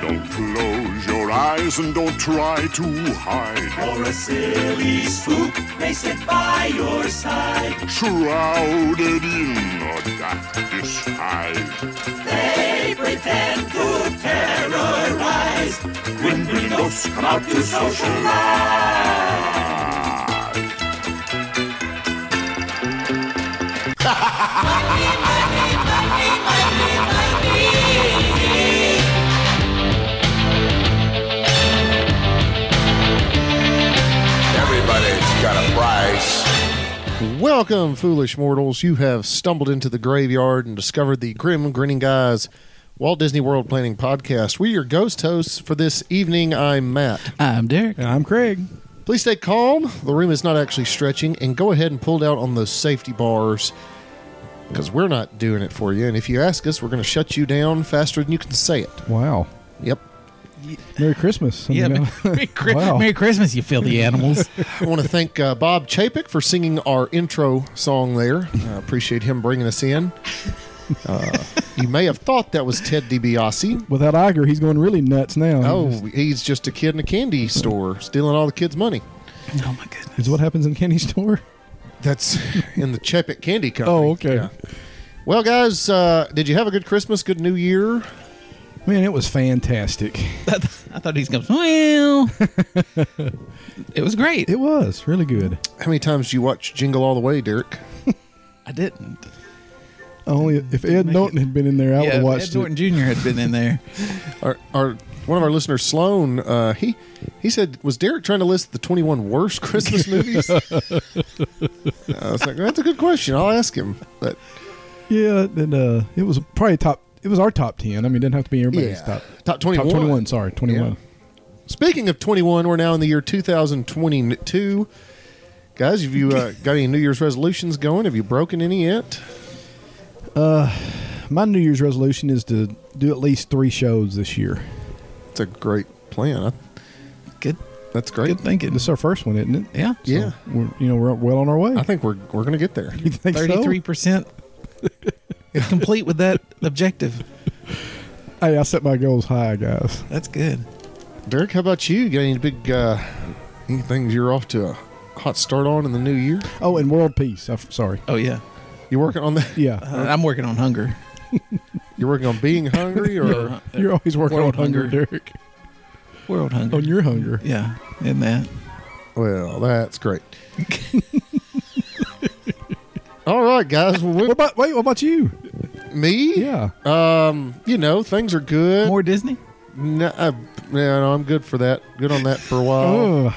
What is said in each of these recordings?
Don't close your eyes and don't try to hide. Or a silly spook may sit by your side. Shrouded in a dark disguise. They pretend to terrorize. Grim, grinning ghosts come out to socialize. Everybody's got a price. Welcome, foolish mortals. You have stumbled into the graveyard and discovered the Grim Grinning Guys Walt Disney World Planning Podcast. We're your ghost hosts for this evening. I'm Matt. I'm Derek. And I'm Craig. Please stay calm. The room is not actually stretching, and go ahead and pull down on those safety bars because we're not doing it for you. And if you ask us, we're going to shut you down faster than you can say it. Wow. Yep. Merry Christmas. Yeah, Merry, Chri- Wow. Merry Christmas, you filthy animals. I want to thank uh, Bob Chapek for singing our intro song there. I appreciate him bringing us in. Uh, you may have thought that was Ted DiBiase, Without Iger, he's going really nuts now. Oh, He's- he's just a kid in a candy store stealing all the kids' money. oh my goodness. is what happens in candy store. That's in the Chepet Candy Company. Oh, okay. Well, guys, uh, did you have a good Christmas, good New Year? Man, it was fantastic. I thought he's going. Well, it was great. It was really good. How many times did you watch Jingle All the Way, Derek? I didn't. Only if Ed Norton had been in there, I would yeah, have if watched Ed Norton Jr. had been in there. Our, our one of our listeners, Sloan, uh, he he said, was Derek trying to list the 21 worst Christmas movies? I was like, that's a good question. I'll ask him. But it. Yeah, and uh, it was probably top. It was our top ten. I mean, it didn't have to be everybody's Yeah. top. Top 21. Top twenty-one. Sorry, twenty-one. Yeah. Speaking of 21, we're now in the year 2022. Guys, have you uh, got any New Year's resolutions going? Have you broken any yet? My New Year's resolution is to do at least three shows this year. It's a great plan. I, Good, that's great. good thinking. This is our first one, isn't it? Yeah, So Yeah. we're, you know, we're well on our way. I think we're we're gonna get there. You think so? thirty-three percent complete with that objective. Hey, I set my goals high, guys. That's good. Derek, how about you? Got any big uh, any things you're off to a hot start on in the new year? Oh, and world peace. I'm sorry. Oh yeah, You working on that? Yeah. Uh, I'm working on hunger. You're working on being hungry, or You're always working Uh, World on hunger, hunger. Derek. World hunger. On your hunger. yeah, in that. well, that's great. All right, guys. Well, What about wait? What about you? we, me? Yeah. Um, you know, things are good. More Disney. No, I, yeah, no, I'm good for that. Good on that for a while. Oh,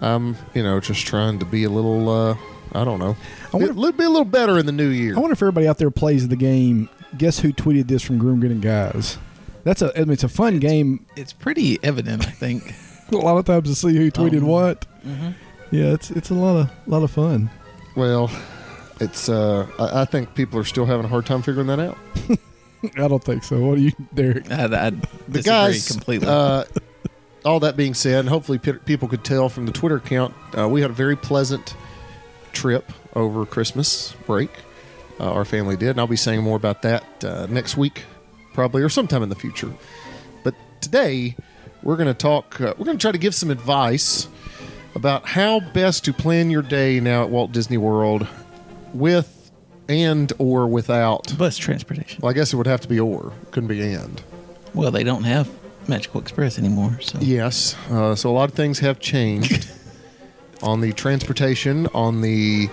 I'm, you know, just trying to be a little. Uh, I don't know. I wonder- want to be a little better in the new year. I wonder if everybody out there plays the game. Guess who tweeted this from Groom Grinning Guys? That's a. I mean, it's a fun game. It's pretty evident, I think. A lot of times to see who tweeted Um, what. Yeah, it's it's a lot of lot of fun. well, it's. Uh, I, I think people are still having a hard time figuring that out. I don't think so. What do you, Derek? I, I The disagree guys. completely. Uh, all that being said, hopefully pe- people could tell from the Twitter account, uh, we had a very pleasant trip over Christmas break. Uh, our family did, and I'll be saying more about that uh, next week, probably, or sometime in the future. But today, we're going to talk. Uh, we're going to try to give some advice about how best to plan your day now at Walt Disney World, with and or without. Bus transportation. Well, I guess it would have to be or, couldn't be and. Well, they don't have Magical Express anymore. So Yes. Uh, so a lot of things have changed on the transportation, on the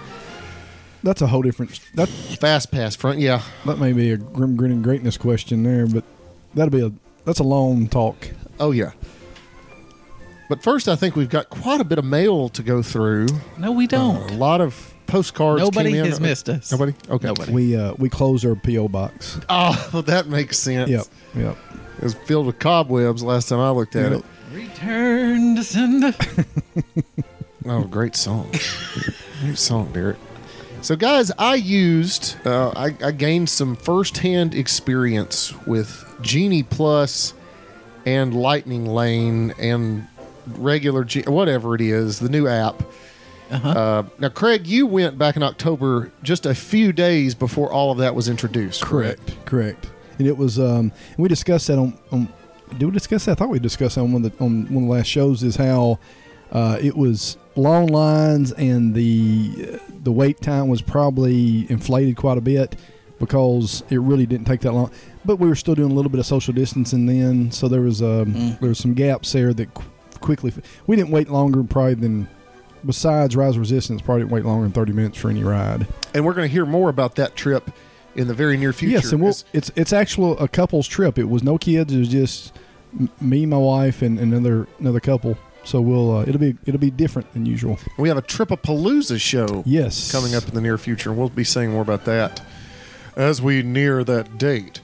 That's a whole different. That fast pass front. Yeah. that may be a grim grinning greatness question there, but that'll be a that's a long talk. Oh, yeah. But first, I think we've got quite a bit of mail to go through. Uh, no, Uh, we A don't. lot of postcards. Nobody came in. has missed us. Nobody. Okay. Nobody. We uh we closed our PO box. Oh, that makes sense. Yep. Yep. It was filled with cobwebs last time I looked at Yep. it. Return to sender. Oh, great song. great song, Derek. So, guys, I used, uh, I, I gained some firsthand experience with Genie Plus and Lightning Lane and regular, G- whatever it is, the new app. Uh-huh. Uh, now, Craig, you went back in October just a few days before all of that was introduced. Correct. Correct. And it was um we discussed that on, on did we discuss that? I thought we discussed that on one of the on one of the last shows is how uh, it was long lines and the uh, the wait time was probably inflated quite a bit because it really didn't take that long. But we were still doing a little bit of social distancing then, so there was um, there was some gaps there that qu- quickly we didn't wait longer probably than besides Rise of Resistance probably didn't wait longer than thirty minutes for any ride. And we're going to hear more about that trip in the very near future. Yes, and we'll, It's- it's it's actual a couple's trip. It was no kids. It was just m- me, my wife, and another another couple. So we'll uh, it'll be it'll be different than usual. we have a Tripapalooza show Yes, coming up in the near future, and we'll be saying more about that as we near that date.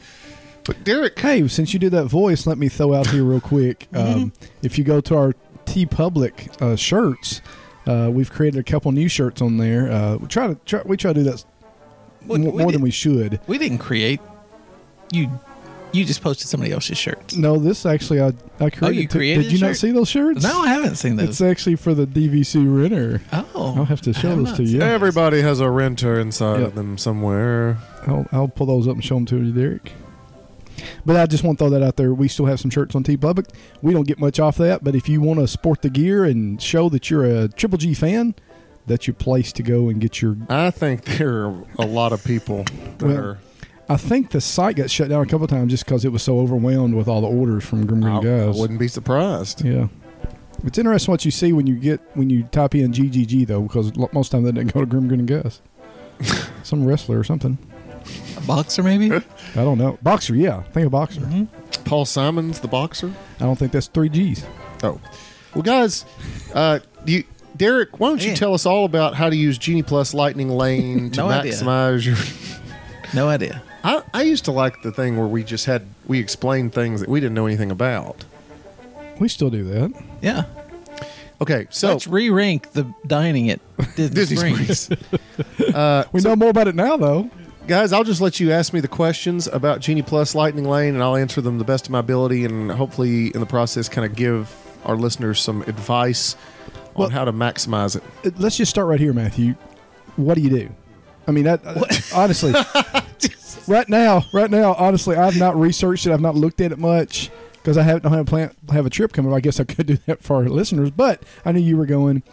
But Derek, Hey, since you did that voice, let me throw out here real quick. Mm-hmm. Um, if you go to our T Public uh, shirts, uh, we've created a couple new shirts on there. Uh, we try to try, we try to do that s- Well, more, we more did- than we should. We didn't create. You you just posted somebody else's shirts. No, this actually I I created. Oh, you it. created Did a you not shirt? see those shirts? No, I haven't seen those. It's actually for the DVC renter. oh, I'll have to show I have those not to you. seen Yeah. everybody has a renter inside Yep. of them somewhere. I'll, I'll pull those up and show them to you, Derek. But I just want to throw that out there. We still have some shirts on T Public. We don't get much off that, but if you want to sport the gear and show that you're a Triple G fan, that's your place to go and get your. I think there are a lot of people that Well, are. I think the site got shut down a couple of times just because it was so overwhelmed with all the orders from Grim I, Green I Guys. wouldn't be surprised. Yeah, it's interesting what you see when you get when you type in GGG though, because lo- most time that didn't go to Grim Grin Guys. some wrestler or something. A boxer maybe. I don't know. Boxer, yeah. Think of boxer. Mm-hmm. Paul Simon's the boxer. I don't think that's three G's. Oh, well, guys, uh, you, Derek, why don't you Man. tell us all about how to use Genie Plus Lightning Lane to No idea. maximize your? no idea. I, I used to like the thing where we just had we explained things that we didn't know anything about. We still do that. Yeah. Okay, Oh. so Let's re-rank the dining at Disney, Disney Springs. Springs. We know more about it now, though. guys, I'll just let you ask me the questions about Genie Plus Lightning Lane, and I'll answer them the best of my ability, and hopefully, in the process, kind of give our listeners some advice Well- on how to maximize it. Uh, Let's just start right here, Matthew. What do you do? I mean, that, uh, honestly, right now, right now, honestly, I've not researched it. I've not looked at it much because I haven't don't have a plan. Have a trip coming. up. I guess I could do that for our listeners, but I knew you were going.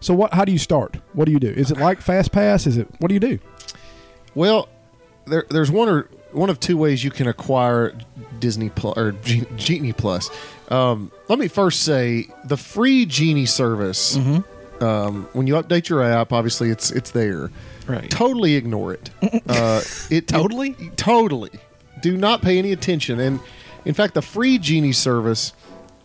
So, what? How do you start? What do you do? Is it like Fast Pass? Is it? What do you do? Well, there, there's one or one of two ways you can acquire Disney Plus or Ge- Genie Plus. Um, let me first say the free Genie service. Um, when you update your app, obviously it's it's there. Right. Totally ignore it. uh, it Totally? it- totally. Do not pay any attention. And in fact, the free Genie service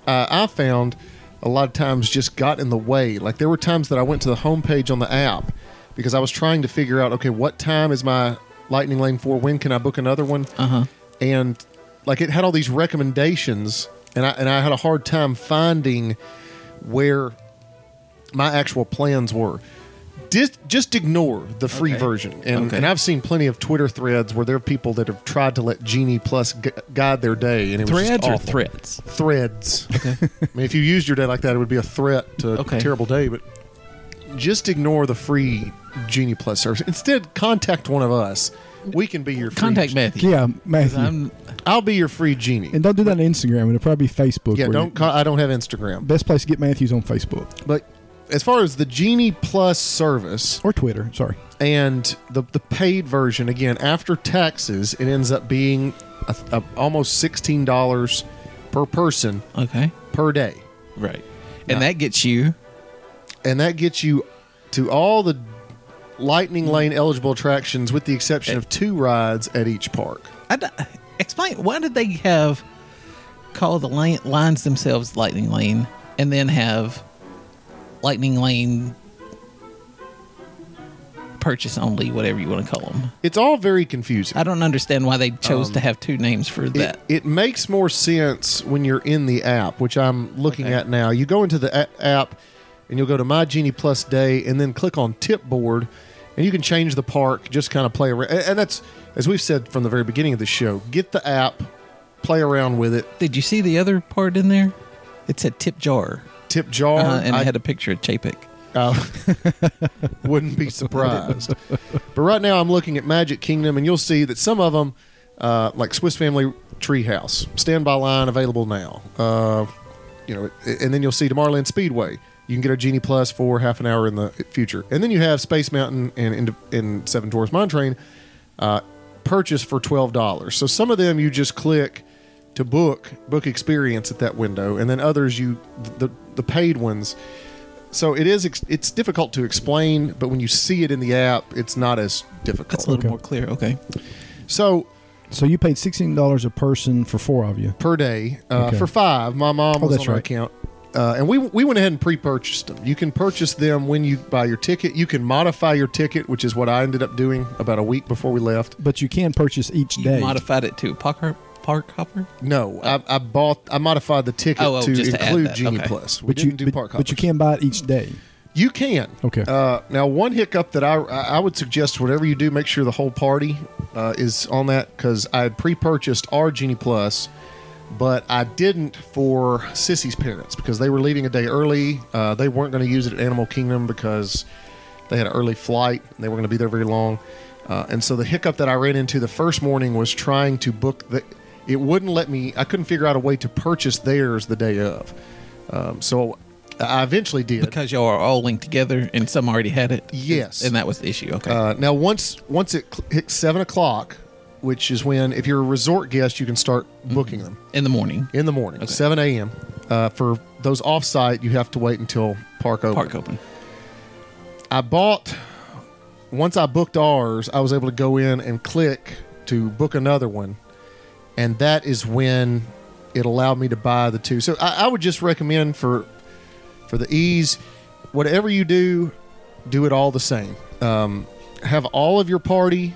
uh, I found a lot of times just got in the way. Like there were times that I went to the homepage on the app because I was trying to figure out, okay, what time is my Lightning Lane 4? When can I book another one? Uh-huh. And like it had all these recommendations and I and I had a hard time finding where my actual plans were. Just, just ignore the free Okay. version, and, Okay. and I've seen plenty of Twitter threads where there are people that have tried to let Genie Plus gu- guide their day, and it was Threads just or awful threats? threads. I mean, if you used your day like that, it would be a threat to Okay. a terrible day. But just ignore the free Genie Plus service. Instead, contact one of us. We can be your free Contact Matthew. Yeah, Matthew, I'm, I'll be your free genie. and don't do that on Instagram. It'll probably be Facebook. yeah, where don't. you- Con- I don't have Instagram, Best place to get Matthew's on Facebook but as far as the Genie Plus service or Twitter. Sorry. and the the paid version, again after taxes, it ends up being a, a, almost sixteen dollars per person okay. per day. Right. And that gets you. and that gets you to all the lightning lane eligible attractions with the exception of two rides at each park I don't- explain why did they have call the lane, lines themselves lightning lane and then have lightning lane purchase only whatever you want to call them it's all very confusing i don't understand why they chose to have two names for that Um, it, it makes more sense when you're in the app which i'm looking Okay. at now you go into the a- app and you'll go to my genie plus day and then click on tip board and you can change the park just kind of play around and and that's as we've said from the very beginning of the show get the app play around with it did you see the other part in there it said tip jar tip jar uh, and Um, I- it had a picture of chapek Uh, wouldn't be surprised. but right now, I'm looking at Magic Kingdom, and you'll see that some of them uh, like Swiss Family Treehouse, standby line available now. Uh, you know, and then you'll see Tomorrowland Speedway. You can get a Genie Plus for half an hour in the future, and then you have Space Mountain and and, and Seven Dwarfs Mine Train uh, purchase for twelve dollars. So some of them you just click to book book experience at that window, and then others you the the paid ones. So it is ex- it's difficult to explain, but when you see it in the app, it's not as That's difficult. a little Okay. more clear. Okay. so So you paid sixteen dollars a person for four of you. per day uh, Okay. for five. My mom Oh, was that's on our right. account, uh, and we we went ahead and pre-purchased them. You can purchase them when you buy your ticket. You can modify your ticket, which is what I ended up doing about a week before we left. But you can purchase each You day. modified it to park, park hopper. No, I, I bought I modified the ticket Oh, oh, to just to add include that. Genie Okay. Plus. We but you didn't do but, park but you hoppers. can buy it each day. You can. Okay. Uh, now, one hiccup that I I would suggest whatever you do, make sure the whole party uh, is on that because I had pre-purchased our Genie Plus, but I didn't for Sissy's parents because they were leaving a day early. Uh, they weren't going to use it at Animal Kingdom because they had an early flight and they were going to be there very long. Uh, and so the hiccup that I ran into the first morning was trying to book the. It wouldn't let me. I couldn't figure out a way to purchase theirs the day of. Um, so I eventually did. Because y'all are all linked together and some already had it. Yes. And that was the issue. Okay. Uh, now, once once it cl- hits seven o'clock, which is when if you're a resort guest, you can start booking them in the morning. in the morning, Okay. seven a.m. Uh, for those off-site, you have to wait until park open. Park open. I bought once I booked ours, I was able to go in and click to book another one, and that is when it allowed me to buy the two. So I, I would just recommend for for the ease, whatever you do, do it all the same. Um, have all of your party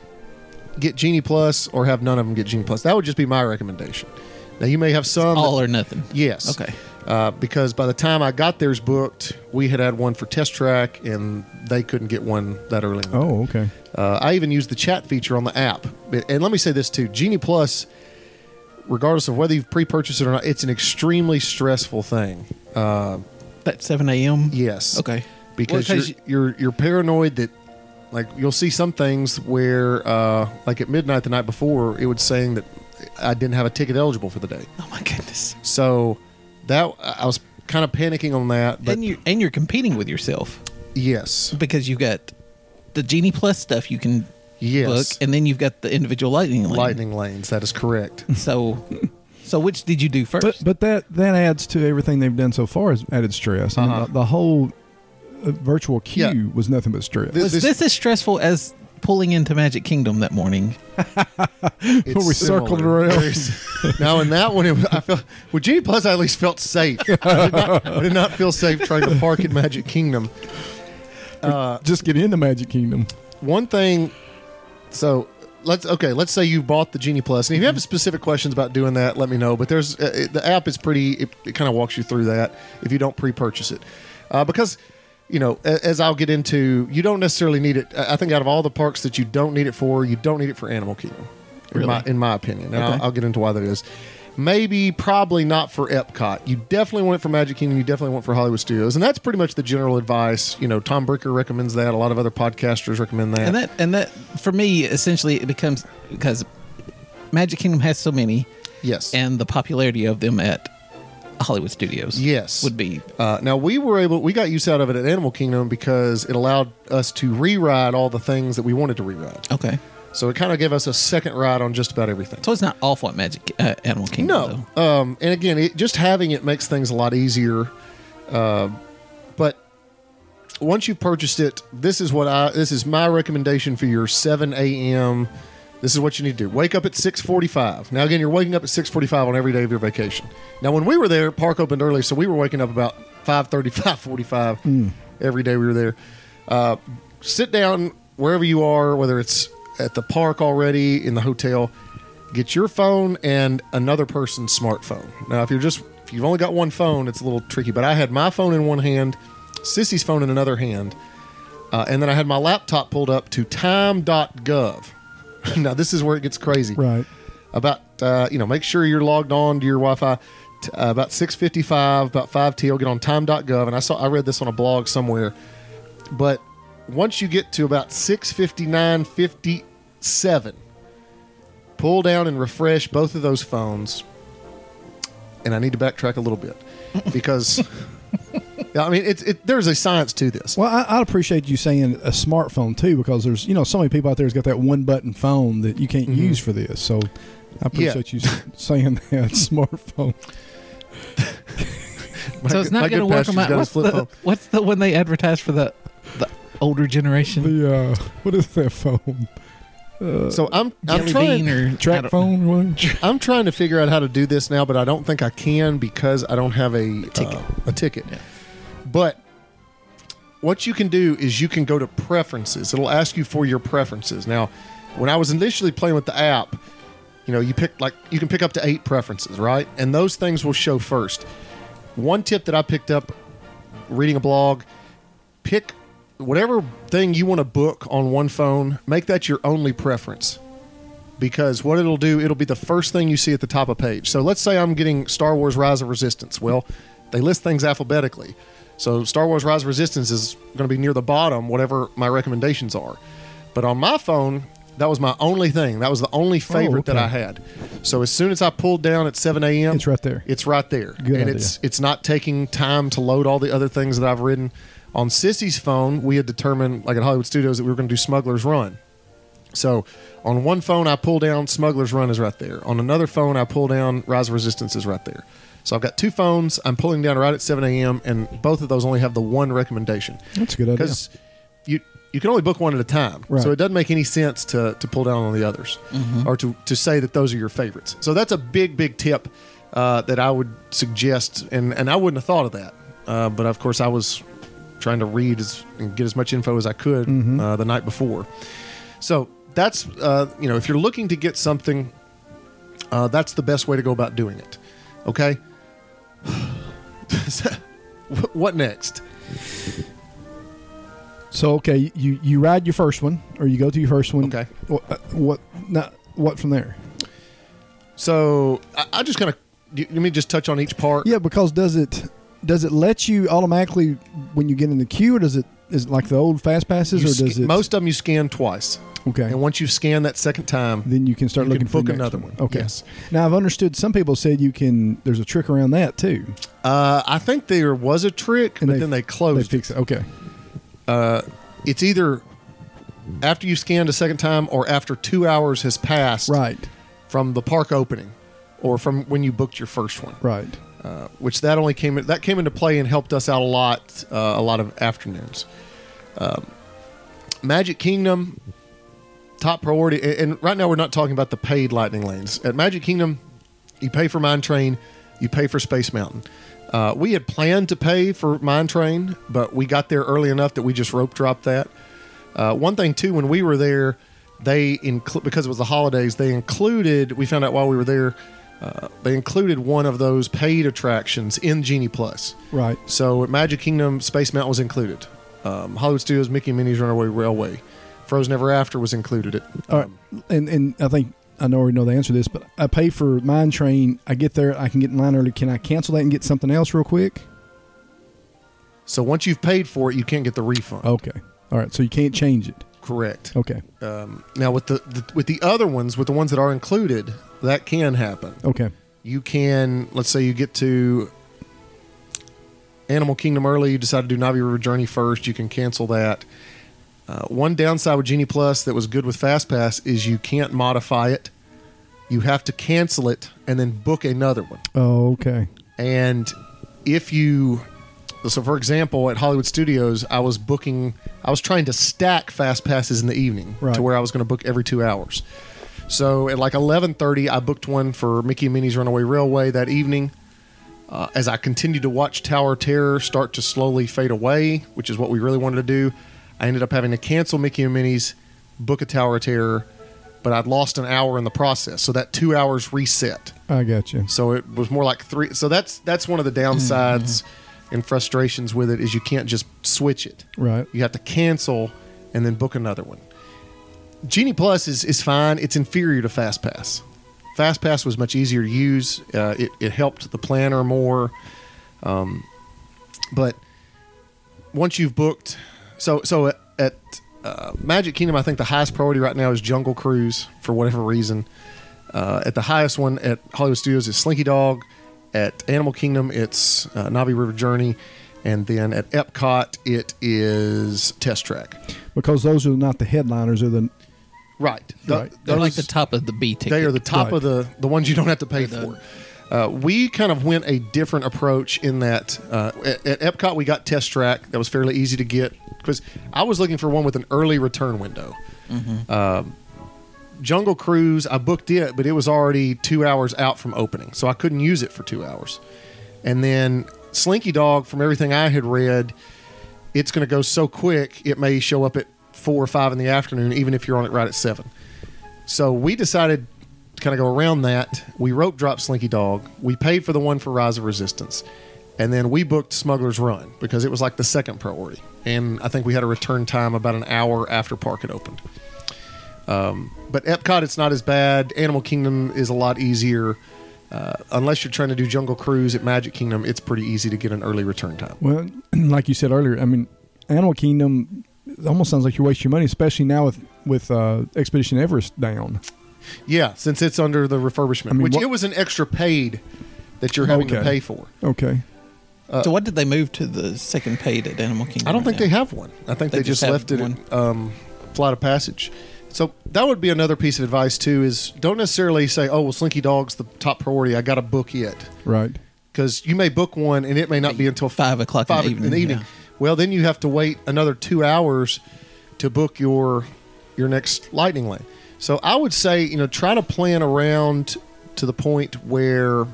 get Genie Plus, or have none of them get Genie Plus. That would just be my recommendation. Now you may have some that- All or nothing. Yes. Okay. Uh, because by the time I got theirs booked, we had had one for test track, and they couldn't get one that early. in the oh, okay. uh, I even use the chat feature on the app. But- And let me say this too Genie Plus, regardless of whether you've pre purchased it or not, it's an extremely stressful thing. Uh, That 7 a.m. yes. Okay. Because Well, you're, you're, you're paranoid that, like, you'll see some things where, uh, like at midnight the night before, it was saying that I didn't have a ticket eligible for the day. oh my goodness. So that I was kind of panicking on that. But and you and you're competing with yourself yes, because you've got the Genie Plus stuff you can yes, book, and then you've got the individual lightning lane. lightning lanes. That is correct. So, so which did you do first? But but that that adds to everything they've done so far is added stress. I mean, Uh-huh. the, the whole uh, virtual queue Yeah. was nothing but stress. This- was this, as stressful as pulling into Magic Kingdom that morning? It's Well, we circled around. Very s- now in that one, it, was- I felt with Genie Plus, I at least felt safe. I did, not, I did not feel safe trying to park in Magic Kingdom. Uh, Just get into Magic Kingdom. One thing, so let's okay. Let's say you bought the Genie Plus, and if you Mm-hmm. have specific questions about doing that, let me know. But there's uh, it, the app is pretty. It, it kind of walks you through that if you don't pre-purchase it, uh, because. You know, a- as I'll get into, you don't necessarily need it. I I think out of all the parks that you don't need it for, you don't need it for Animal Kingdom, in, my, Really? in my opinion. And I'll, Okay. I'll get into why that is. Maybe, probably not for Epcot. You definitely want it for Magic Kingdom. You definitely want it for Hollywood Studios, and that's pretty much the general advice. You know, Tom Bricker recommends that. A lot of other podcasters recommend that. And that and that for me essentially it becomes because Magic Kingdom has so many, Yes. and the popularity of them at Hollywood Studios. Yes. would be uh, now we were able we got use out of it at Animal Kingdom because it allowed us to rewrite all the things that we wanted to rewrite. okay. So it kind of gave us a second ride on just about everything. So it's not awful at Magic uh, Animal Kingdom. No. Um, and again, it, just having it makes things a lot easier. Uh, but once you've purchased it, this is what I this is my recommendation for your 7 a.m. This is what you need to do. Wake up at 6:45. Now again, you're waking up at 6:45 on every day of your vacation. Now when we were there, park opened early, so we were waking up about 5:30, 5:45 every day we were there. Uh, sit down wherever you are, whether it's at the park already in the hotel. Get your phone and another person's smartphone. Now, if you're just if you've only got one phone, it's a little tricky. But I had my phone in one hand, Sissy's phone in another hand, uh, and then I had my laptop pulled up to time.gov. now this is where it gets crazy Right. about uh, you know make sure you're logged on to your wi-fi t- uh, about 6.55 about 5 t you'll get on time.gov and i saw i read this on a blog somewhere but once you get to about 6.59.57 pull down and refresh both of those phones. And I need to backtrack a little bit because, Yeah, I mean, it's it, there's a science to this. Well, I, I appreciate you saying a smartphone too, because there's you know so many people out there has got that one button phone that you can't use for this. So I Mm-hmm. Yeah. appreciate you s- saying that smartphone. so it's not going to work on my. What's the, what's the one they advertise for the the older generation? The uh, what is that phone? Uh, So I'm I'm Jelly trying bean or I track don't- phone or whatever. I'm trying to figure out how to do this now, but I don't think I can because I don't have a uh, ticket. a ticket. Yeah. But what you can do is you can go to preferences. It'll ask you for your preferences. Now, when I was initially playing with the app, you know, you pick like you can pick up to eight preferences, right? And those things will show first. One tip that I picked up reading a blog, pick whatever thing you want to book on one phone, make that your only preference because what it'll do, it'll be the first thing you see at the top of page. So let's say I'm getting Star Wars Rise of Resistance. Well, they list things alphabetically. So Star Wars Rise of Resistance is going to be near the bottom, whatever my recommendations are. But on my phone, that was my only thing. That was the only favorite that okay. I had. So as soon as I pulled down at 7 a.m., It's right there. It's right there, Good and idea. it's it's not taking time to load all the other things that I've written. On Sissy's phone, we had determined, like at Hollywood Studios, that we were going to do Smuggler's Run. So on one phone, I pull down Smuggler's Run is right there. On another phone, I pull down Rise of Resistance is right there. So I've got two phones. I'm pulling down right at 7 a.m. and both of those only have the one recommendation That's a good idea. because you you can only book one at a time. Right. So it doesn't make any sense to to pull down on the others or to to say that those are your favorites. So that's a big big tip uh, that I would suggest, and and I wouldn't have thought of that, uh, but of course I was trying to read as, and get as much info as I could uh, the night before. So that's uh, you know if you're looking to get something, uh, that's the best way to go about doing it. Okay. Wh- what next? So okay, you you ride your first one, or you go to your first one. Okay. What, uh, what not what from there? So I, I just kind of let me just touch on each part. Yeah, because does it does it let you automatically when you get in the queue, or does it is it like the old fast passes, You or sc- does it most of them you scan twice, okay? and once you scan that second time, then you can start you can looking for book the next another one. Okay. Yes. Now I've understood some people said you can. There's a trick around that too. uh, I think there was a trick, but then they closed. They it. fix it. Okay. It's either after you scanned a second time or after two hours has passed Right. from the park opening, or from when you booked your first one. Right. uh, which that only came that came into play and helped us out a lot uh, a lot of afternoons. Um, Magic Kingdom top priority, a- and right now we're not talking about the paid Lightning Lanes. At Magic Kingdom, you pay for Mine Train, you pay for Space Mountain. Uh, we had planned to pay for Mine Train, but we got there early enough that we just rope dropped that. Uh, one thing too, when we were there, they inclu- because it was the holidays, they included. We found out while we were there, uh, they included one of those paid attractions in Genie Plus. Right. So at Magic Kingdom, Space Mountain was included. Um, Hollywood Studios, Mickey and Minnie's Runaway Railway, Frozen Ever After was included. It. uh, All right. And and I think I know already know the answer to this, but I pay for mine train. I get there. I can get in line early. Can I cancel that and get something else real quick? So once you've paid for it, you can't get the refund. Okay. All right. So you can't change it. Correct. Oh. Okay. Um, now with the, the with the other ones, with the ones that are included, that can happen. Okay. you can let's say you get to animal kingdom early you decide to do navi river journey first you can cancel that uh, one downside with genie plus that was good with fast pass is you can't modify it you have to cancel it and then book another one Oh, okay. and if you so for example at hollywood studios i was booking i was trying to stack fast passes in the evening Right. to where i was going to book every two hours so at like 11.30 i booked one for mickey and minnie's runaway railway that evening uh, as i continued to watch tower of terror start to slowly fade away which is what we really wanted to do i ended up having to cancel mickey and minnie's book a tower of terror but i'd lost an hour in the process so that two hours reset I got you. so it was more like three. So that's that's one of the downsides and frustrations with it is you can't just switch it. Right. You have to cancel and then book another one. Genie Plus is is fine. It's inferior to Fast Pass. Fast Pass was much easier to use. Uh, it it helped the planner more. Um, but once you've booked, so so at, at uh, Magic Kingdom, I think the highest priority right now is Jungle Cruise for whatever reason. Uh, at the highest one at Hollywood Studios is Slinky Dog. At Animal Kingdom, it's uh, Navi River Journey. And then at Epcot, it is Test Track. because those are not the headliners. Are the Right. Th- Right. They're like the those- top of the B ticket. They are the top Right. of the the ones you don't have to pay They're for. Uh, we kind of went a different approach in that uh, at, at Epcot we got Test Track that was fairly easy to get because I was looking for one with an early return window. Mm-hmm. Um, Jungle Cruise I booked it, but it was already two hours out from opening, so I couldn't use it for two hours. And then Slinky Dog, from everything I had read, it's going to go so quick it may show up at four or five in the afternoon, even if you're on it right at seven. So we decided to kind of go around that. We rope dropped Slinky Dog. We paid for the one for Rise of Resistance. And then we booked Smuggler's Run because it was like the second priority. And I think we had a return time about an hour after park had opened. Um, but Epcot, it's not as bad. Animal Kingdom is a lot easier. Uh, unless you're trying to do Jungle Cruise at Magic Kingdom, it's pretty easy to get an early return time. well, like you said earlier. I mean, Animal Kingdom it almost sounds like you waste your money, especially now with with uh, Expedition Everest down. Yeah, since it's under the refurbishment, I mean, which what- it was an extra paid that you're having to Okay. pay for. Okay, so what did they move to the second paid at Animal Kingdom? uh, I don't right think now? they have one. I think they, They just, just have left it one. at, um, flight of passage. So that would be another piece of advice too: is don't necessarily say, "Oh, well, Slinky Dog's the top priority. I got to book it," right. because you may book one and it may not be until Five o'clock in the five evening, yeah. Well, then you have to wait another two hours to book your your next lightning lane. So I would say, you know, try to plan around to the point where,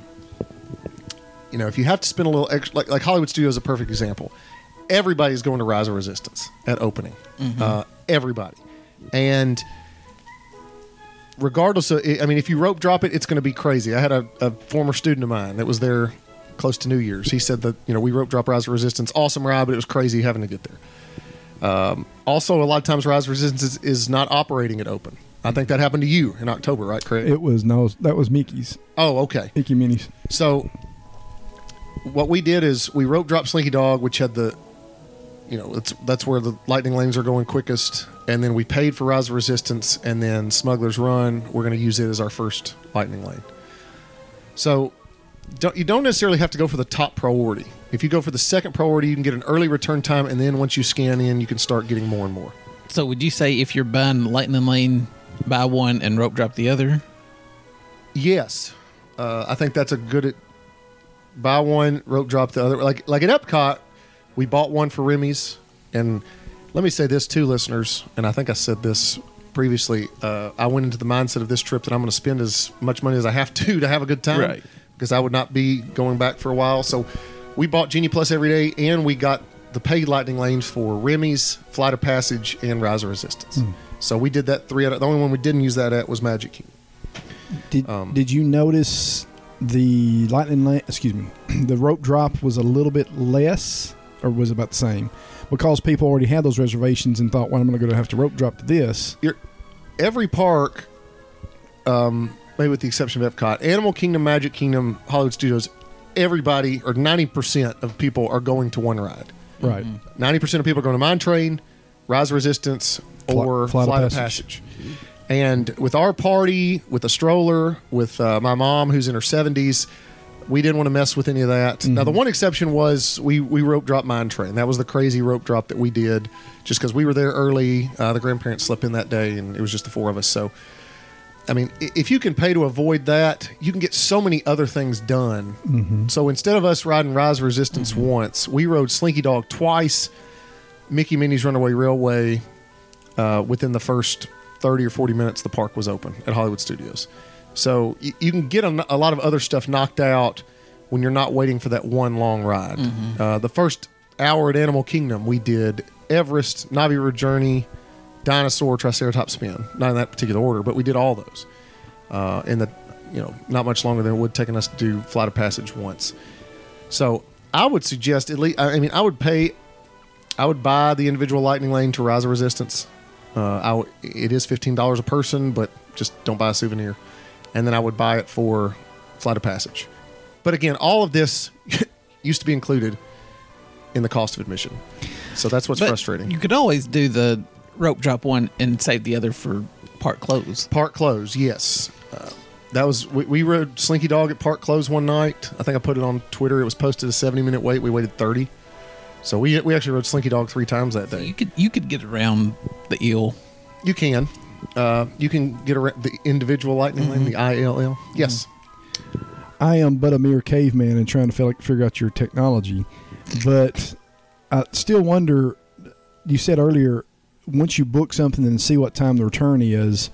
you know, if you have to spend a little extra, like, like Hollywood Studios is a perfect example. Everybody's going to Rise of Resistance at opening. Mm-hmm. Uh, everybody. And regardless of, I mean, if you rope drop it, it's going to be crazy. I had a, a former student of mine that was there close to New Year's. He said that, you know, we rope drop Rise of Resistance. Awesome ride, but it was crazy having to get there. Um, also, a lot of times Rise of Resistance is, is not operating at open. I think that happened to you in October, right, Craig? It was no, that was Mickey's oh, okay. Mickey Minis. So what we did is we rope dropped Slinky Dog, which had the you know, it's that's where the lightning lanes are going quickest, and then we paid for Rise of Resistance and then Smuggler's Run, we're gonna use it as our first lightning lane. So don't, you don't necessarily have to go for the top priority. If you go for the second priority, you can get an early return time, and then once you scan in, you can start getting more and more. So would you say if you're buying Lightning Lane, buy one and rope drop the other? Yes, uh, I think that's a good. Buy one, rope drop the other. Like like at Epcot, we bought one for Remy's, and let me say this too, listeners. And I think I said this previously. Uh, I went into the mindset of this trip that I'm going to spend as much money as I have to to have a good time, Right. Because I would not be going back for a while. So we bought Genie Plus every day, and we got the paid lightning lanes for Remy's, Flight of Passage, and Rise of Resistance. So we did that three. Out of, the only one we didn't use that at was Magic Kingdom. Did Did you notice the lightning lane? Excuse me, the rope drop was a little bit less, or was about the same, because people already had those reservations and thought, "Well, I'm going to have to rope drop to this." you're every park, um, maybe with the exception of Epcot, Animal Kingdom, Magic Kingdom, Hollywood Studios, everybody or ninety percent of people are going to one ride. Right. Ninety percent of people are going to Mine Train, Rise of Resistance, Fli- or Flight, of Passage. And with our party, with a stroller, with uh, my mom who's in her seventies. We didn't want to mess with any of that. Now, the one exception was we we rope drop mine train. That was the crazy rope drop that we did, just because we were there early. Uh, the grandparents slept in that day, and it was just the four of us. So, I mean, i- if you can pay to avoid that, you can get so many other things done. So instead of us riding Rise of Resistance once, we rode Slinky Dog twice, Mickey Minnie's Runaway Railway uh, within the first 30 or 40 minutes the park was open at Hollywood Studios. So you, you can get a, a lot of other stuff knocked out when you're not waiting for that one long ride. Uh, the first hour at Animal Kingdom, we did Everest, Navi River Journey, Dinosaur, Triceratops Spin. Not in that particular order, but we did all those uh, in the you know not much longer than it would taken us to do Flight of Passage once. So I would suggest at least. I I mean, I would pay. I would buy the individual lightning lane to Rise of Resistance. Uh, I w- it is fifteen dollars a person, but just don't buy a souvenir. And then I would buy it for Flight of Passage. But again, all of this used to be included in the cost of admission. So that's what's But frustrating. You could always do the rope drop one and save the other for park close. Park close, yes. Uh, that was we, we rode Slinky Dog at Park Close one night. I think I put it on Twitter. It was posted a 70 minute wait. We waited 30. So we we actually rode Slinky Dog three times that You day. could you could get around the ill. You can, uh, you can get around the individual lightning lane, the ILL. Yes, I am but a mere caveman and trying to fel- figure out your technology, but I still wonder. You said earlier, once you book something and see what time the return is,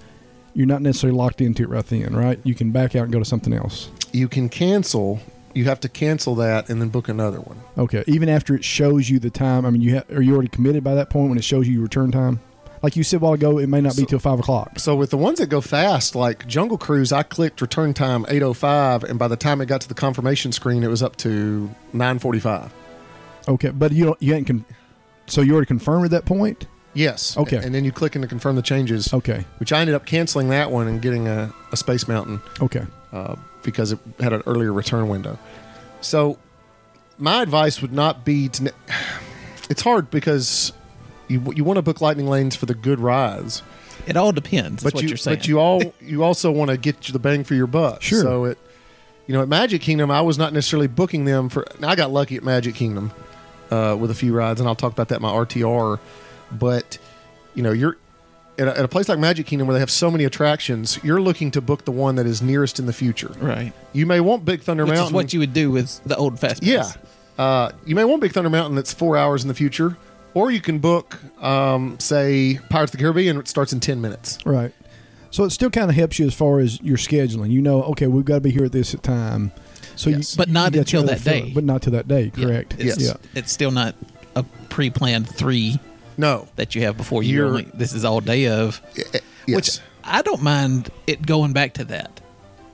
you're not necessarily locked into it right then, right? You can back out and go to something else. you can cancel. You have to cancel that and then book another one. Okay, even after it shows you the time. I mean, you ha- are you already committed by that point when it shows you your return time? Like you said a while ago, it may not be till five o'clock. So with the ones that go fast, like Jungle Cruise, I clicked return time 8:05, and by the time it got to the confirmation screen, it was up to 9:45. Okay, but you don't, you ain't con- so you already confirmed at that point. Yes. Okay. And then you click in to confirm the changes. Okay, Which I ended up canceling that one and getting a, a Space Mountain okay, uh, because it had an earlier return window. So my advice would not be to. Ne- it's hard because you you want to book lightning lanes for the good rides. It all depends. but That's what you, are saying. But you all you also want to get the bang for your buck. Sure. So it, you know, at Magic Kingdom, I was not necessarily booking them for. and I got lucky at Magic Kingdom uh, with a few rides, and I'll talk about that in my RTR. But you know, you're at a, at a place like Magic Kingdom where they have so many attractions. You're looking to book the one that is nearest in the future. right. You may want Big Thunder Which Mountain. is what you would do with the old fast. Yeah. pass. Uh, you may want Big Thunder Mountain that's four hours in the future, or you can book, um, say, Pirates of the Caribbean, which starts in 10 minutes. right. So it still kind of helps you as far as your scheduling. You know, okay, we've got to be here at this time. So Yes. you, But not you got until your other that day. feeling, But not till that day, Yeah. correct? It's, Yeah. It's still not a pre-planned three No. that you have before you. You're- Eh, Only, this is all day of. Which I don't mind it going back to that.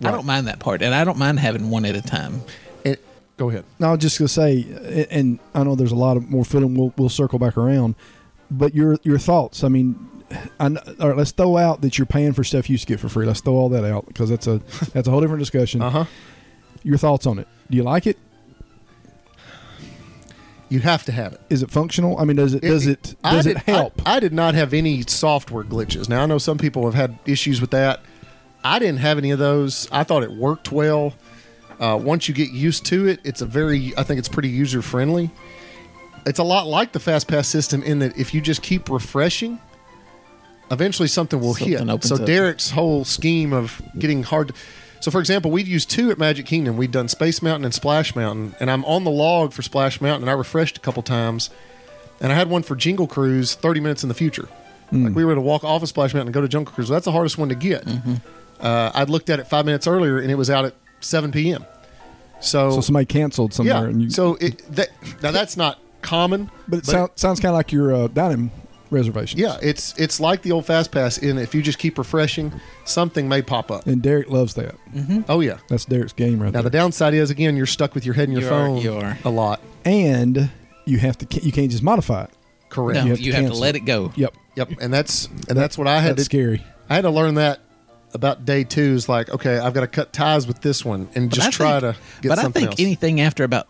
I Right. don't mind that part, and I don't mind having one at a time. It, go ahead. Now, I was just gonna say, a- and I know there's a lot of more film. We'll, we'll circle back around, but your your thoughts. I mean, I, kn- all right, let's throw out that you're paying for stuff you used to get for free. Let's throw all that out because that's a that's a whole different discussion. Uh huh. Your thoughts on it? Do you like it? You have to have it. Is it functional? I mean, does it, does it I does did- it help? I, I did not have any software glitches. Now I know some people have had issues with that. I didn't have any of those. I thought it worked well. Uh, once you get used to it, it's a very. I think it's pretty user friendly. It's a lot like the fast pass system in that if you just keep refreshing, eventually something will Something hit. opens So up. Derek's whole scheme of getting hard. so for example, we'd used two at Magic Kingdom. We'd done Space Mountain and Splash Mountain, and I'm on the log for Splash Mountain, and I refreshed a couple times, and I had one for Jingle Cruise, 30 minutes in the future. Hmm. Like we were to walk off of Splash Mountain and go to Jungle Cruise. That's the hardest one to get. Mm-hmm. Uh, I'd looked at it five minutes earlier, and it was out at 7 p.m. so So, somebody canceled somewhere, yeah. and you, so it that now that's not common, but it sound, sounds kind of like your uh, dining reservations. yeah, it's it's like the old fast pass in if you just keep refreshing, something may pop up. and Derek loves that. Oh yeah. That's Derek's game right Now the there. downside is again you're stuck with your head in your You are- phone you are. a lot. and you have to ca- you can't just modify it. Correct. No, you have, You have to, to cancel let it. it go. Yep. Yep. And that's and that's what I had That's to scary. I had to learn that about day two is like, okay, I've got to cut ties with this one and But just I try think- to get But I something think else. anything after about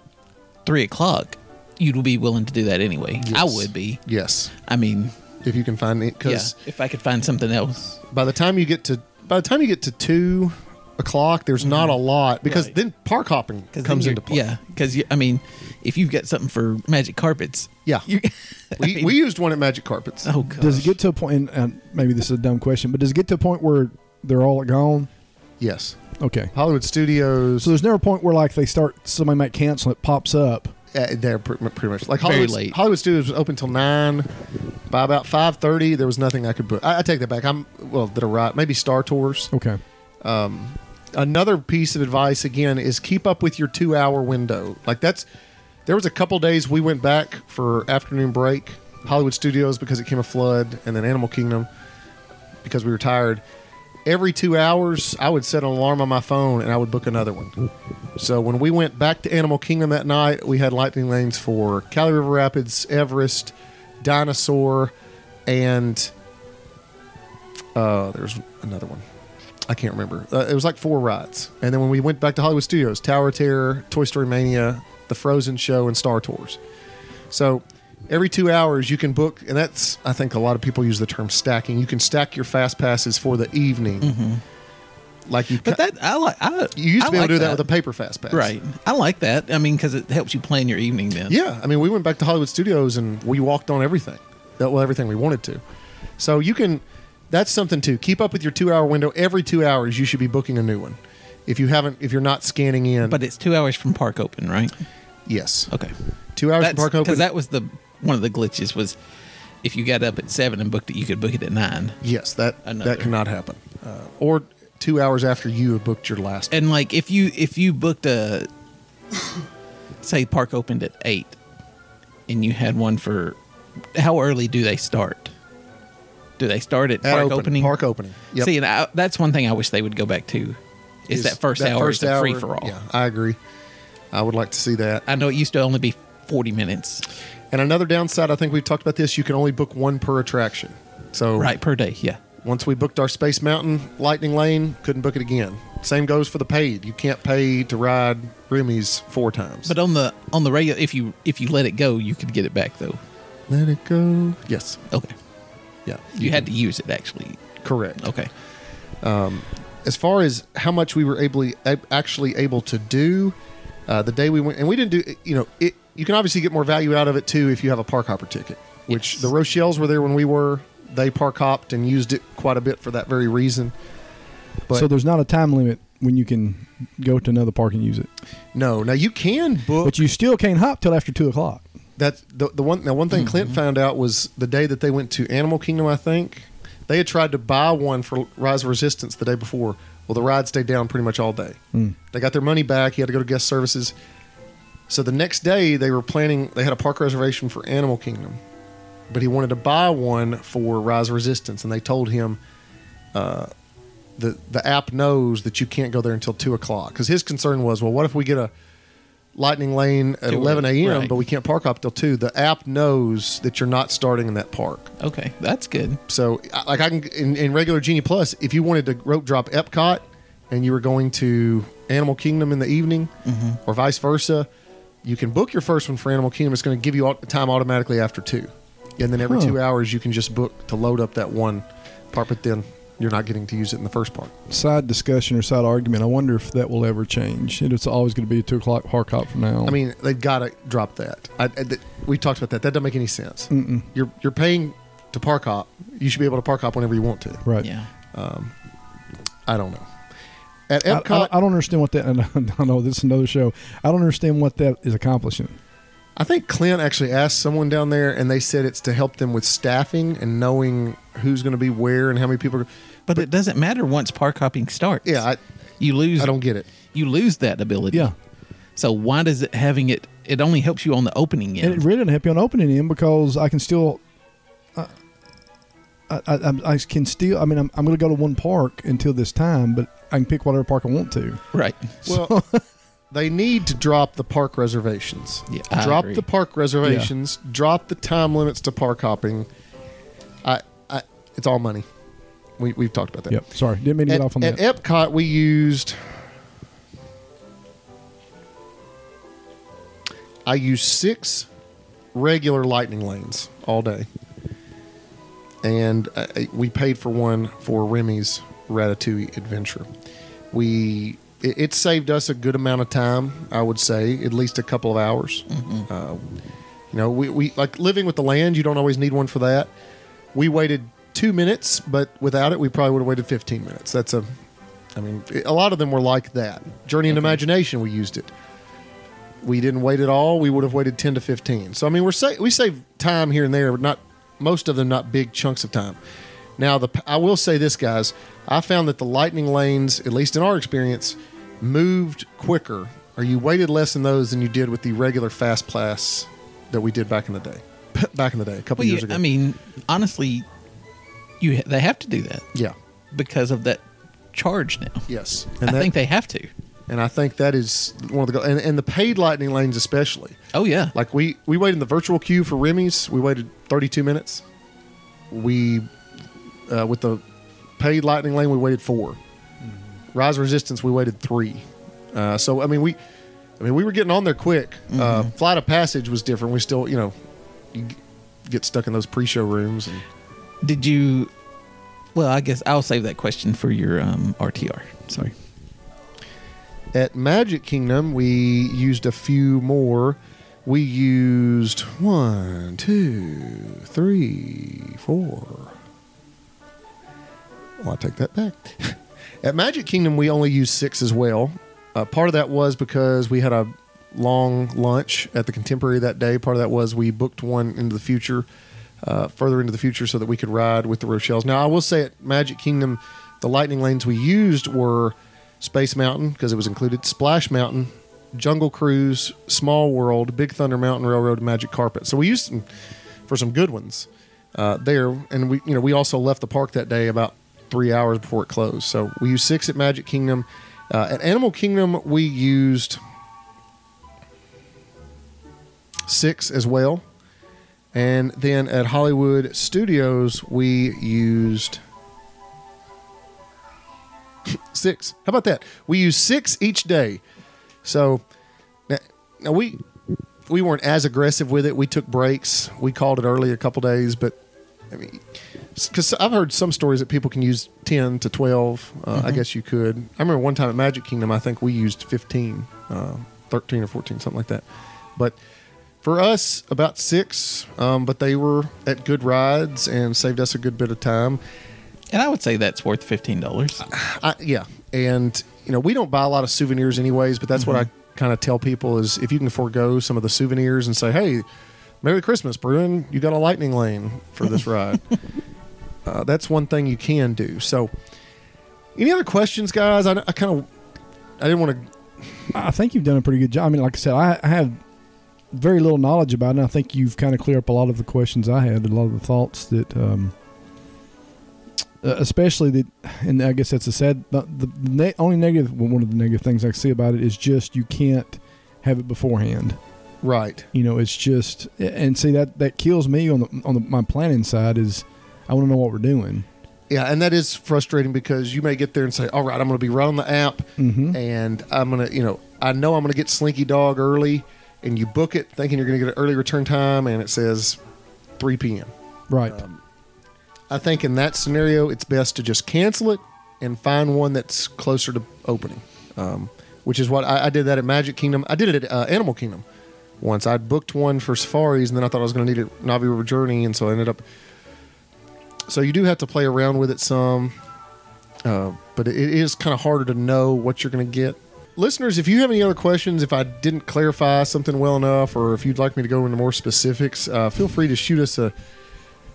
three o'clock, you'd be willing to do that anyway. I Yes. would be. yes. I mean, If you can find it yeah, because if I could find something else, by the time you get to by the time you get to two o'clock, there's not a lot because Mm-hmm. Right. then park hopping then comes you're- into play. Yeah, because I mean, if you've got something for magic carpets, Yeah. you, We, I mean- we used one at Magic Carpets. oh god, Does it get to a point? And, and maybe this is a dumb question, but does it get to a point where they're all gone? Yes. Okay. Hollywood Studios. So there's never a point where like they start somebody might cancel it pops up. uh, they're pre- pretty much like Very Hollywood. late. Hollywood Studios was open till nine. By about five thirty, there was nothing I could book. I, I take that back. I'm well, did a right. Maybe Star Tours. Okay. Another piece of advice again is keep up with your two hour window. Like that's there was a couple days we went back for afternoon break. Hollywood Studios because it came a flood, and then Animal Kingdom because we were tired. Every two hours, I would set an alarm on my phone and I would book another one. So when we went back to Animal Kingdom that night, we had lightning lanes for Cali River Rapids, Everest, Dinosaur, and uh, there's another one. I can't remember. Uh, it was like four rides. And then when we went back to Hollywood Studios, Tower of Terror, Toy Story Mania, The Frozen Show, and Star Tours. So every two hours you can book, and that's I think a lot of people use the term stacking. You can stack your fast passes for the evening. Like you, Mm-hmm. But cut- that I like. I, you used to I be able like to do that, with a paper fast pass, Right. I like that. I mean, because it helps you plan your evening then. Yeah, I mean, we went back to Hollywood Studios and we walked on everything, that well, everything we wanted to. So you can, that's something too. Keep up with your two-hour window. Every two hours, you should be booking a new one. If you haven't, if you're not scanning in, But it's two hours from park open, right? yes, Okay. two hours from Because park open. that was the one of the glitches was if you got up at seven and booked it, you could book it at nine. yes, that Another. that cannot happen. Uh, or two hours after you have booked your last. And like if you if you booked a say park opened at eight, and you had one for how early do they start? Do they start at, At park open- opening? Park opening. Yep. See, and I, that's one thing I wish they would go back to. Is that first hour is the free for all? Yeah, I agree. I would like to see that. I know it used to only be forty minutes, And another downside, I think we've talked about this. You can only book one per attraction. So right per day. Yeah, Once we booked our Space Mountain Lightning Lane, couldn't book it again. Same goes for the paid. You can't pay to ride Remy's four times. but on the on the regular, if you if you let it go, you could get it back though. let it go. Yes. Okay, Yeah. you had to use it actually. correct. Okay, As far as how much we were able a- actually able to do, uh, the day we went, and we didn't do. You know, it. You can obviously get more value out of it too if you have a park hopper ticket. Which Yes. the Rochelles were there when we were. They park hopped and used it quite a bit for that very reason. But so there's not a time limit when you can go to another park and use it, no, now you can book. but you still can't hop till after two o'clock. That's the, the one. Now, one thing Clint found out was the day that they went to Animal Kingdom. I think they had tried to buy one for Rise of Resistance the day before. Well, the ride stayed down pretty much all day. They got their money back. He had to go to guest services. So the next day, they were planning. They had a park reservation for Animal Kingdom, but he wanted to buy one for Rise of Resistance, and they told him. Uh, the, the app knows that you can't go there until two o'clock because his concern was well what if we get a lightning lane at Two, 11 a.m right. but we can't park up till 2 the app knows that you're not starting in that park okay, that's good. so I- like i can in, in regular genie plus if you wanted to rope drop epcot and you were going to animal kingdom in the evening or vice versa you can book your first one for animal kingdom it's going to give you au- time automatically after 2 and then every Huh. two hours you can just book to load up that one park but then you're not getting to use it in the first park Side discussion or side argument. I wonder if that will ever change. It- It's always going to be a two o'clock park hop from now. on. I mean, they've got to drop that. I, I- th- we talked about that. That doesn't make any sense. You're you're paying to park hop. You should be able to park hop whenever you want to. right? Yeah, I don't know. At I, Epcot, I, I, I don't understand what that. And I know this is another show. I don't understand what that is accomplishing. think Clint actually asked someone down there, and they said it's to help them with staffing and knowing who's going to be where and how many people. Are, but, it doesn't matter once park hopping starts. yeah, I, you lose. I don't get it. You lose that ability. Yeah. So why does it having it? It only helps you on the opening And end. it really didn't help you on opening end because I can still, uh, I, I, I, I can still. I mean, I'm, I'm going to go to one park until this time, but I can pick whatever park I want to. right. Well, they need to drop the park reservations. Yeah, I drop agree. the park reservations. Drop the time limits to park hopping. I, I, it's all money. We we've talked about that. Yep. Sorry, didn't mean to at, get off on at that. Epcot, we used. I used six regular lightning lanes all day, and uh, we paid for one for Remy's Ratatouille adventure. We it, it saved us a good amount of time, I would say, at least a couple of hours. Mm-hmm. Uh, you know, we, we like living with the land. You don't always need one for that. We waited two minutes, but without it, we probably would have waited fifteen minutes. That's a, I mean, a lot of them were like that. Journey into Imagination, we used it. We didn't wait at all. We would have waited ten to fifteen. So I mean, we're sa- we save time here and there, but not most of them, not big chunks of time. Now the I will say this, guys, I found that the lightning lanes, at least in our experience, moved quicker, or you waited less in those than you did with the regular fast pass that we did back in the day. back in the day, a couple Well, years yeah, ago. I mean, honestly, you ha- they have to do that yeah, because of that charge now. yes, I that- think they have to. and I think that is one of the go- and, and the paid lightning lanes especially. Oh yeah. Like we we waited in the virtual queue for Remy's. We waited 32 minutes. We uh, with the paid Lightning Lane, we waited 4 Mm-hmm. Rise of Resistance, we waited three. Uh, so I mean we, I mean we were getting on there quick. Uh, Mm-hmm. Flight of Passage was different. We still you know, you g- get stuck in those pre-show rooms and Did you Well, I guess I'll save that question for your um, RTR. Sorry. At Magic Kingdom, we used a few more. We used one, two, three, four. Well, I take that back. At Magic Kingdom, we only used six as well. Uh, part of that was because we had a long lunch at the Contemporary that day. Part of that was we booked one into the future, uh, further into the future, so that we could ride with the Rochelles. Now, I will say at Magic Kingdom, the lightning lanes we used were Space Mountain, because it was included, Splash Mountain, Jungle Cruise, Small World, Big Thunder Mountain Railroad, and Magic Carpet. So we used them for some good ones uh, there. And we, you know, we also left the park that day about three hours before it closed. So we used six at Magic Kingdom. Uh, at Animal Kingdom, we used six as well. And then at Hollywood Studios, we used six. How about that? We used six each day. So now, now we we weren't as aggressive with it. We took breaks. We called it early a couple days, but I mean, because I've heard some stories that people can use ten to twelve. Uh, I guess you could. I remember one time at Magic Kingdom, I think we used 15, uh, 13 or fourteen, something like that. But for us, about six. Um, but they were at good rides and saved us a good bit of time. And I would say that's worth fifteen dollars. I, yeah, and you know we don't buy a lot of souvenirs anyways, but that's what I kind of tell people is if you can forego some of the souvenirs and say, hey, Merry Christmas, Bruin, you got a lightning lane for this ride. uh, that's one thing you can do. So, any other questions, guys? I, I kind of I didn't want to. I think you've done a pretty good job. I mean, like I said, I, I have very little knowledge about it, and I think you've kind of cleared up a lot of the questions I had, and a lot of the thoughts that, um, uh, especially that, and I guess that's a sad, the, the ne- only negative, well, one of the negative things I see about it is just you can't have it beforehand. Right. You know, it's just, and see, that, that kills me on the, on the, my planning side is I want to know what we're doing. Yeah, and that is frustrating because you may get there and say, "All right, I'm going to be right on the app, and I'm going to, you know, I know I'm going to get Slinky Dog early," and you book it thinking you're going to get an early return time, and it says 3 p.m. Right. Um, I think in that scenario, it's best to just cancel it and find one that's closer to opening, um, which is what I, I did that at Magic Kingdom. I did it at uh, Animal Kingdom once. I booked one for safaris, and then I thought I was going to need it at Navi River Journey, and so I ended up. So you do have to play around with it some, uh, but it is kind of harder to know what you're going to get. Listeners, if you have any other questions, if I didn't clarify something well enough, or if you'd like me to go into more specifics, uh, feel free to shoot us a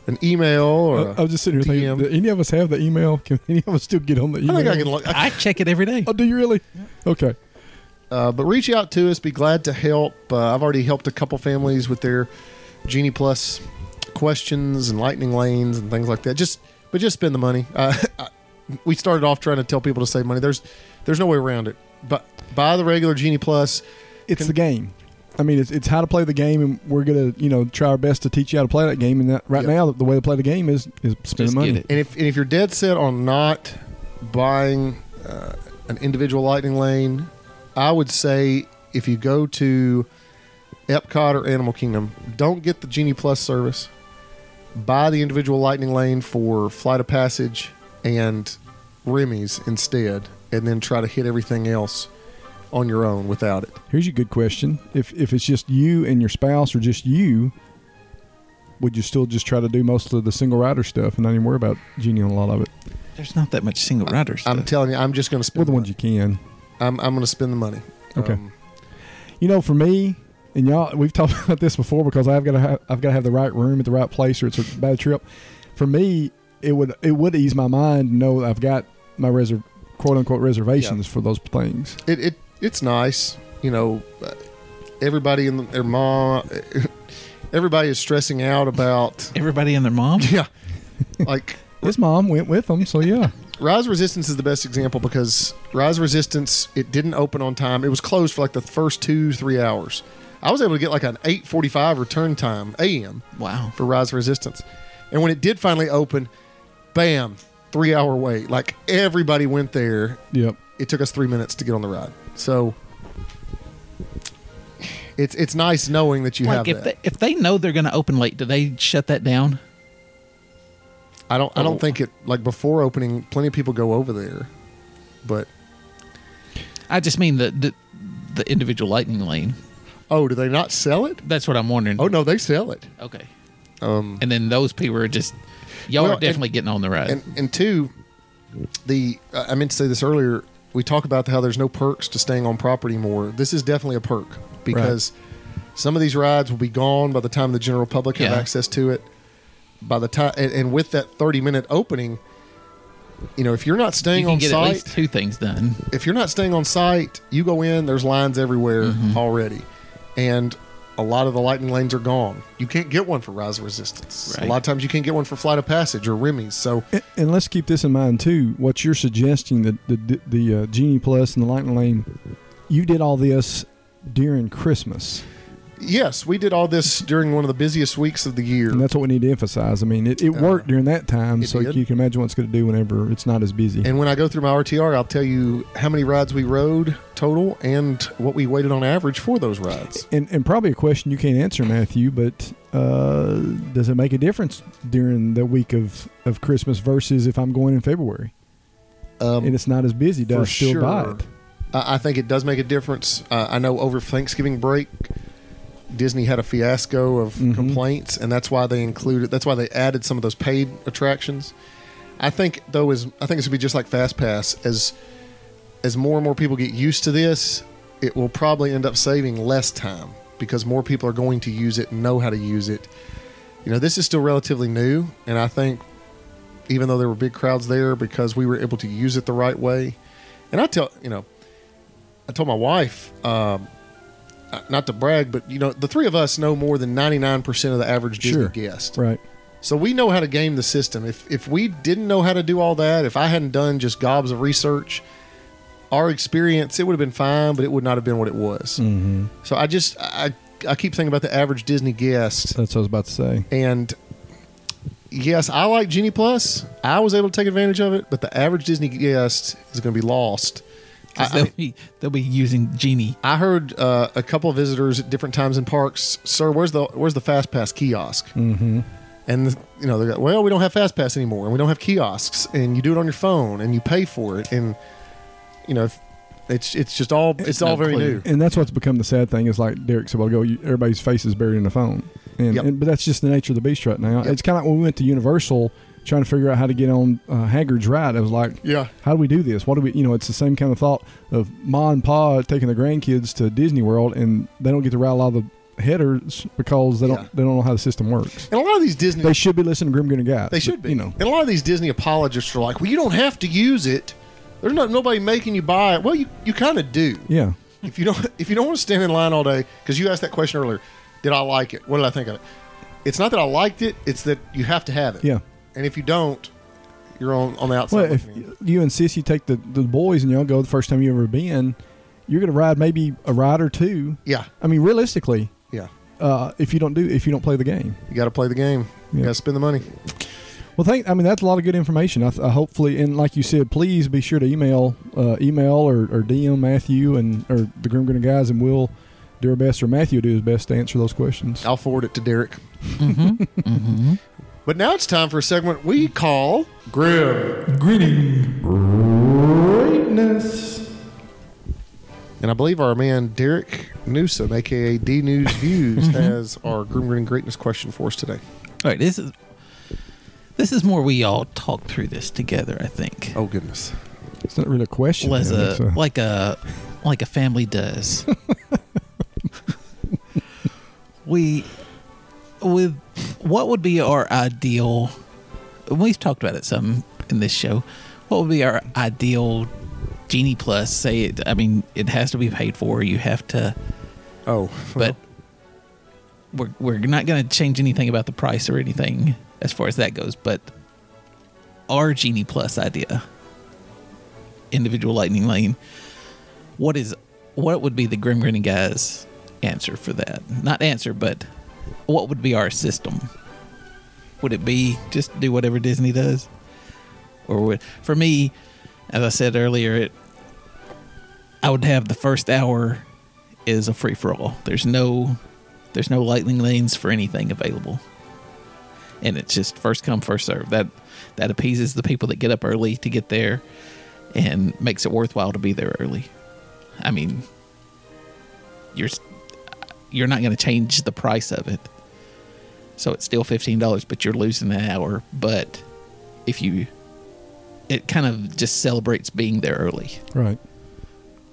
an email or I, I was just sitting here DM. thinking, do any of us have the email? Can any of us still get on the email? I think I can look. I- I check it every day. Oh, do you really? Okay. Uh, but reach out to us. Be glad to help. Uh, I've already helped a couple families with their Genie Plus questions and lightning lanes and things like that. Just but just spend the money. Uh, we started off trying to tell people to save money. There's there's no way around it. But buy the regular Genie Plus. It's the game. I mean, it's, it's how to play the game, and we're gonna you know try our best to teach you how to play that game. And that right Yeah. now, the way to play the game is is spend Just money. get it. And if and if you're dead set on not buying uh, an individual lightning lane, I would say if you go to Epcot or Animal Kingdom, don't get the Genie Plus service. Buy the individual lightning lane for Flight of Passage and Remy's instead, and then try to hit everything else on your own without it. Here's your good question: If if it's just you and your spouse, or just you, would you still just try to do most of the single rider stuff and not even worry about Genie on a lot of it? There's not that much single rider stuff. I'm telling you, I'm just going to Well, spend the the ones you can. I'm, I'm going to spend the money. Um, Okay. You know, for me and y'all, we've talked about this before because I've got to have, I've got to have the right room at the right place, or it's a bad trip. For me, it would it would ease my mind to know that I've got my reserve quote unquote reservations for those things. it, it it's nice you know uh, everybody in the, their mom everybody is stressing out about Everybody and their mom. yeah like His mom went with them, so yeah. rise of resistance is the best example because rise of resistance it didn't open on time it was closed for like the first two three hours i was able to get like an 8.45 return time am Wow. for rise of resistance and when it did finally open bam three hour wait like everybody went there yep. it took us three minutes to get on the ride. So it's it's nice knowing that you like have if that. They, if they know they're going to open late, do they shut that down? I don't. I Oh. don't think it like before opening. Plenty of people go over there, but I just mean the the, the individual lightning lane. oh, do they not sell it? That's what I'm wondering. Oh no, they sell it. Okay. Um, and then those people are just y'all Well, are and- definitely getting on the ride. And and two, the uh, I meant to say this earlier. We talk about how there's no perks to staying on property more. This is definitely a perk because some of these rides will be gone by the time the general public have Yeah. access to it. By the time and, and with that 30 minute opening, you know if you're not you staying can on get site, at least two things done. if you're not staying on site, you go in, there's lines everywhere Mm-hmm. already. And a lot of the lightning lanes are gone. You can't get one for Rise of Resistance. A Right. lot of times you can't get one for Flight of Passage or Remy's. So, And, and let's keep this in mind too. What you're suggesting that the the, the uh, Genie Plus and the Lightning Lane, you did all this during Christmas, yes, we did all this during one of the busiest weeks of the year. and that's what we need to emphasize. I mean, it, it worked during that time, Uh, it so did. you can imagine what it's going to do whenever it's not as busy. And when I go through my RTR, I'll tell you how many rides we rode total and what we waited on average for those rides. and, and probably a question you can't answer, Matthew, but uh, does it make a difference during the week of, of Christmas versus if I'm going in February Um, and it's not as busy? Does I for still buy sure. it? I, I think it does make a difference. Uh, I know over Thanksgiving break, Disney had a fiasco of Mm-hmm. complaints, and that's why they included. That's why they added some of those paid attractions. I think though is I think it's gonna be just like Fast Pass as as more and more people get used to this, it will probably end up saving less time because more people are going to use it and know how to use it. You know, this is still relatively new, and I think even though there were big crowds there because we were able to use it the right way. And I tell, you know, I told my wife, um, uh, not to brag, but you know, the three of us know more than 99% of the average Disney Sure. guest. Right. So we know how to game the system. If if we didn't know how to do all that, if I hadn't done just gobs of research, our experience it would have been fine, but it would not have been what it was. Mm-hmm. So I just I I keep thinking about the average Disney guest, That's what I was about to say. and yes, I like Genie Plus. I was able to take advantage of it, but the average Disney guest is going to be lost. 'Cause I- I they'll be they'll be using genie. I heard uh, a couple of visitors at different times in parks, sir, where's the where's the fast pass kiosk? Mm-hmm. And you know they go, well, we don't have fast pass anymore, and we don't have kiosks, and you do it on your phone, and you pay for it, and you know if- it's it's just all it's, no all very clue. new. And that's what's become the sad thing is like Derek said a while ago, you, everybody's face is buried in the phone. And, Yep. and- But that's just the nature of the beast right now. It's kind of like when we went to Universal trying to figure out how to get on uh, Haggard's Ride. I was like, Yeah. how do we do this? What do we, you know, it's the same kind of thought of Ma and Pa taking the grandkids to Disney World and they don't get to ride a lot of the headers because they don't, Yeah. they don't know how the system works. And a lot of these Disney They should be listening to Grim Grinning Guys. They but, should be. You know, And a lot of these Disney apologists are like, well, you don't have to use it. There's not nobody making you buy it. Well, you, you kind of do. yeah. If you don't if you don't want to stand in line all day, because you asked that question earlier, did I like it? What did I think of it? It's not that I liked it. It's that you have to have it. Yeah. And if you don't, you're on on the outside. Well, if looking in. you and Sissy take the, the boys and y'all go the first time you ever been, you're going to ride maybe a ride or two. yeah, I mean, realistically, yeah, uh, if you don't do, if you don't play the game. you got to play the game. You Yeah. got to spend the money. Well, thank. I mean, that's a lot of good information. I, th- I hopefully, and like you said, please be sure to email, uh, email or, or DM Matthew and or the Grim Grinner guys, and we'll do our best, or Matthew will do his best to answer those questions. I'll forward it to Derek. Mm-hmm. But now it's time for a segment we call Grim. Greatness. And I believe our man Derek Newsom, aka D News Views, has our Grim Grinning Greatness question for us today. All right, this is this is more we all talk through this together. I think Oh goodness. It's not really a question. was man. a It's a- like a like a family does. we with what would be our ideal? We've talked about it some in this show. What would be our ideal genie plus? Say it. I mean, it has to be paid for. You have to, Oh, but we're we're not going to change anything about the price or anything as far as that goes. But our genie plus idea, individual lightning lane. What is what would be the grim grinning guys answer for that? Not answer, but what would be our system? Would it be just do whatever Disney does, or would for me, as I said earlier, it I would have the first hour is a free for all. There's no there's no lightning lanes for anything available. and it's just first come first serve. That that appeases the people that get up early to get there, and makes it worthwhile to be there early. I mean, you're s- you're not going to change the price of it, so it's still fifteen dollars, but you're losing an hour. But if you, it kind of just celebrates being there early. Right.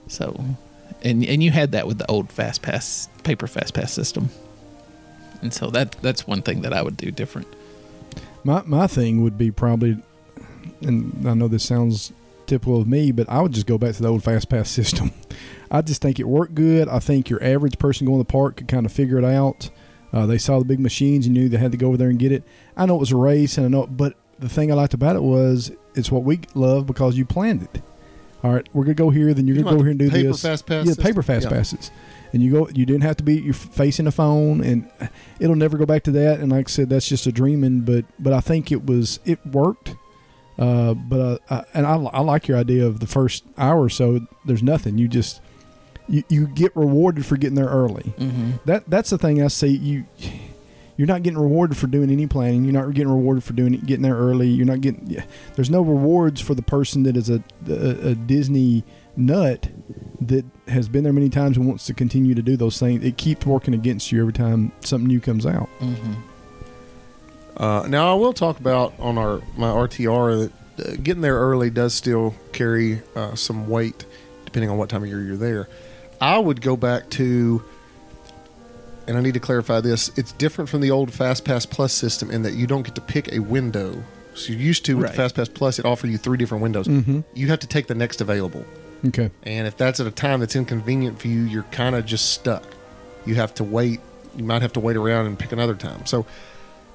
So, and and you had that with the old fast pass paper fast pass system, and so that that's one thing that I would do different. My my thing would be probably, and I know this sounds typical of me, but I would just go back to the old fast pass system. I just think it worked good. I think your average person going to the park could kind of figure it out. Uh, they saw the big machines and knew they had to go over there and get it. I know it was a race, and I know, but the thing I liked about it was it's what we love because you planned it. All right, we're gonna go here, then you're You gonna go like here and do paper this. fast pass yeah, system? paper fast Yeah. passes, and you go. You didn't have to be you're facing the phone, and it'll never go back to that. And like I said, that's just a dreaming, but but I think it was it worked. Uh, but uh, I, and I, I like your idea of the first hour or so. There's nothing. You just you, you get rewarded for getting there early. Mm-hmm. That that's the thing I see. You you're not getting rewarded for doing any planning. You're not getting rewarded for doing getting there early. You're not getting. yeah. There's no rewards for the person that is a a, a Disney nut that has been there many times and wants to continue to do those things. It keeps working against you every time something new comes out. Uh, now I will talk about on our my RTR that uh, getting there early does still carry uh, some weight, depending on what time of year you're there. I would go back to, and I need to clarify this. It's different from the old Fast Pass Plus system in that you don't get to pick a window. So you used to with Right. the Fast Pass Plus, it offered you three different windows. You have to take the next available. Okay. And if that's at a time that's inconvenient for you, you're kind of just stuck. You have to wait. You might have to wait around and pick another time. So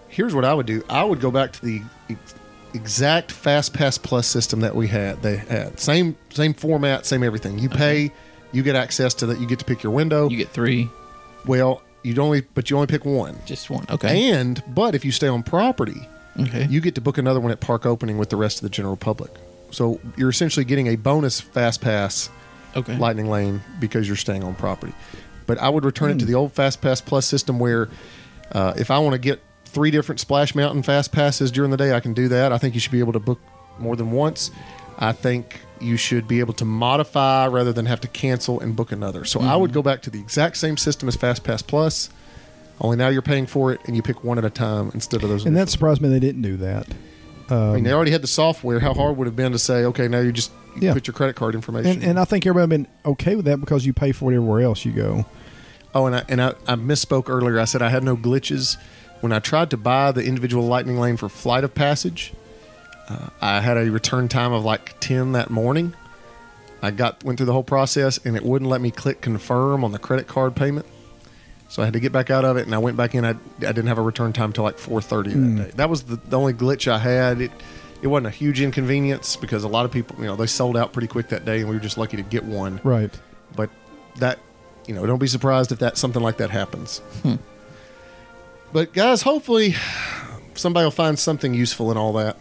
here's what I would do I would go back to the ex- exact Fast Pass Plus system that we had. They had same same format, same everything. You pay, you get access to that. You get to pick your window. You get three, well, you only but you only pick one. just one. Okay. And but if you stay on property, okay. you get to book another one at park opening with the rest of the general public. So you're essentially getting a bonus Fast Pass okay. lightning lane because you're staying on property. But I would return it Hmm. to the old Fast Pass Plus system where uh, if I want to get three different Splash Mountain Fast Passes during the day, I can do that. I think you should be able to book more than once. I think you should be able to modify rather than have to cancel and book another. So I Mm-hmm. would go back to the exact same system as Fast Pass Plus, only now you're paying for it and you pick one at a time instead of those. And that surprised me they didn't do that. I Um, mean, they already had the software. How hard would it have been to say, okay, now you just you Yeah. put your credit card information? And, and I think everybody been okay with that because you pay for it everywhere else you go. Oh, and I and I, I misspoke earlier. I said I had no glitches. When I tried to buy the individual lightning lane for Flight of Passage, uh, I had a return time of like ten that morning. I got went through the whole process, and it wouldn't let me click confirm on the credit card payment. So I had to get back out of it, and I went back in. I, I didn't have a return time till like four thirty that day. That was the, the only glitch I had. It it wasn't a huge inconvenience because a lot of people, you know, they sold out pretty quick that day, and we were just lucky to get one Right. but that you know don't be surprised if that something like that happens Hmm. but guys hopefully somebody will find something useful in all that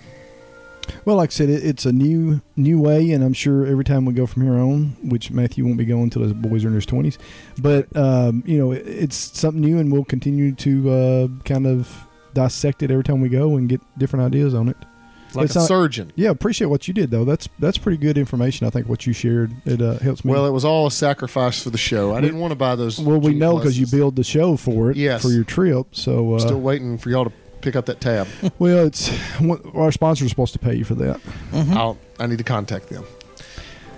Well, like I said, it, it's a new new way, and I'm sure every time we go from here on, which Matthew won't be going until his boys are in his 20s, but um, you know, it, it's something new, and we'll continue to uh, kind of dissect it every time we go and get different ideas on it. like It's a not- surgeon Yeah, appreciate what you did though. That's that's pretty good information. I think what you shared it uh, helps me. well it was all a sacrifice for the show i didn't want to buy those well, we cheap know because you pluses. build the show for it Yes. for your trip. So uh, i'm still waiting for y'all to pick up that tab Well, it's what- our sponsors are supposed to pay you for that. Mm-hmm. i'll i need to contact them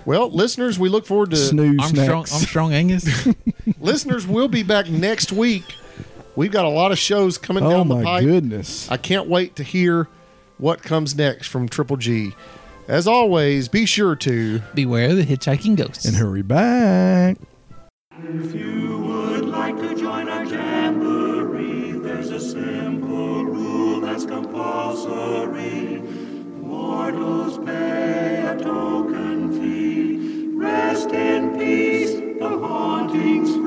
well listeners we look forward to Snooze Armstrong, snacks. Armstrong Angus. listeners we'll be back next week we've got a lot of shows coming Oh down the my pipe goodness! I can't wait to hear what comes next from Triple G. As always, be sure to. Beware the hitchhiking ghosts. And hurry back. If you would like to join our jamboree, there's a simple rule that's compulsory. Mortals pay a token fee. Rest in peace, the hauntings flee.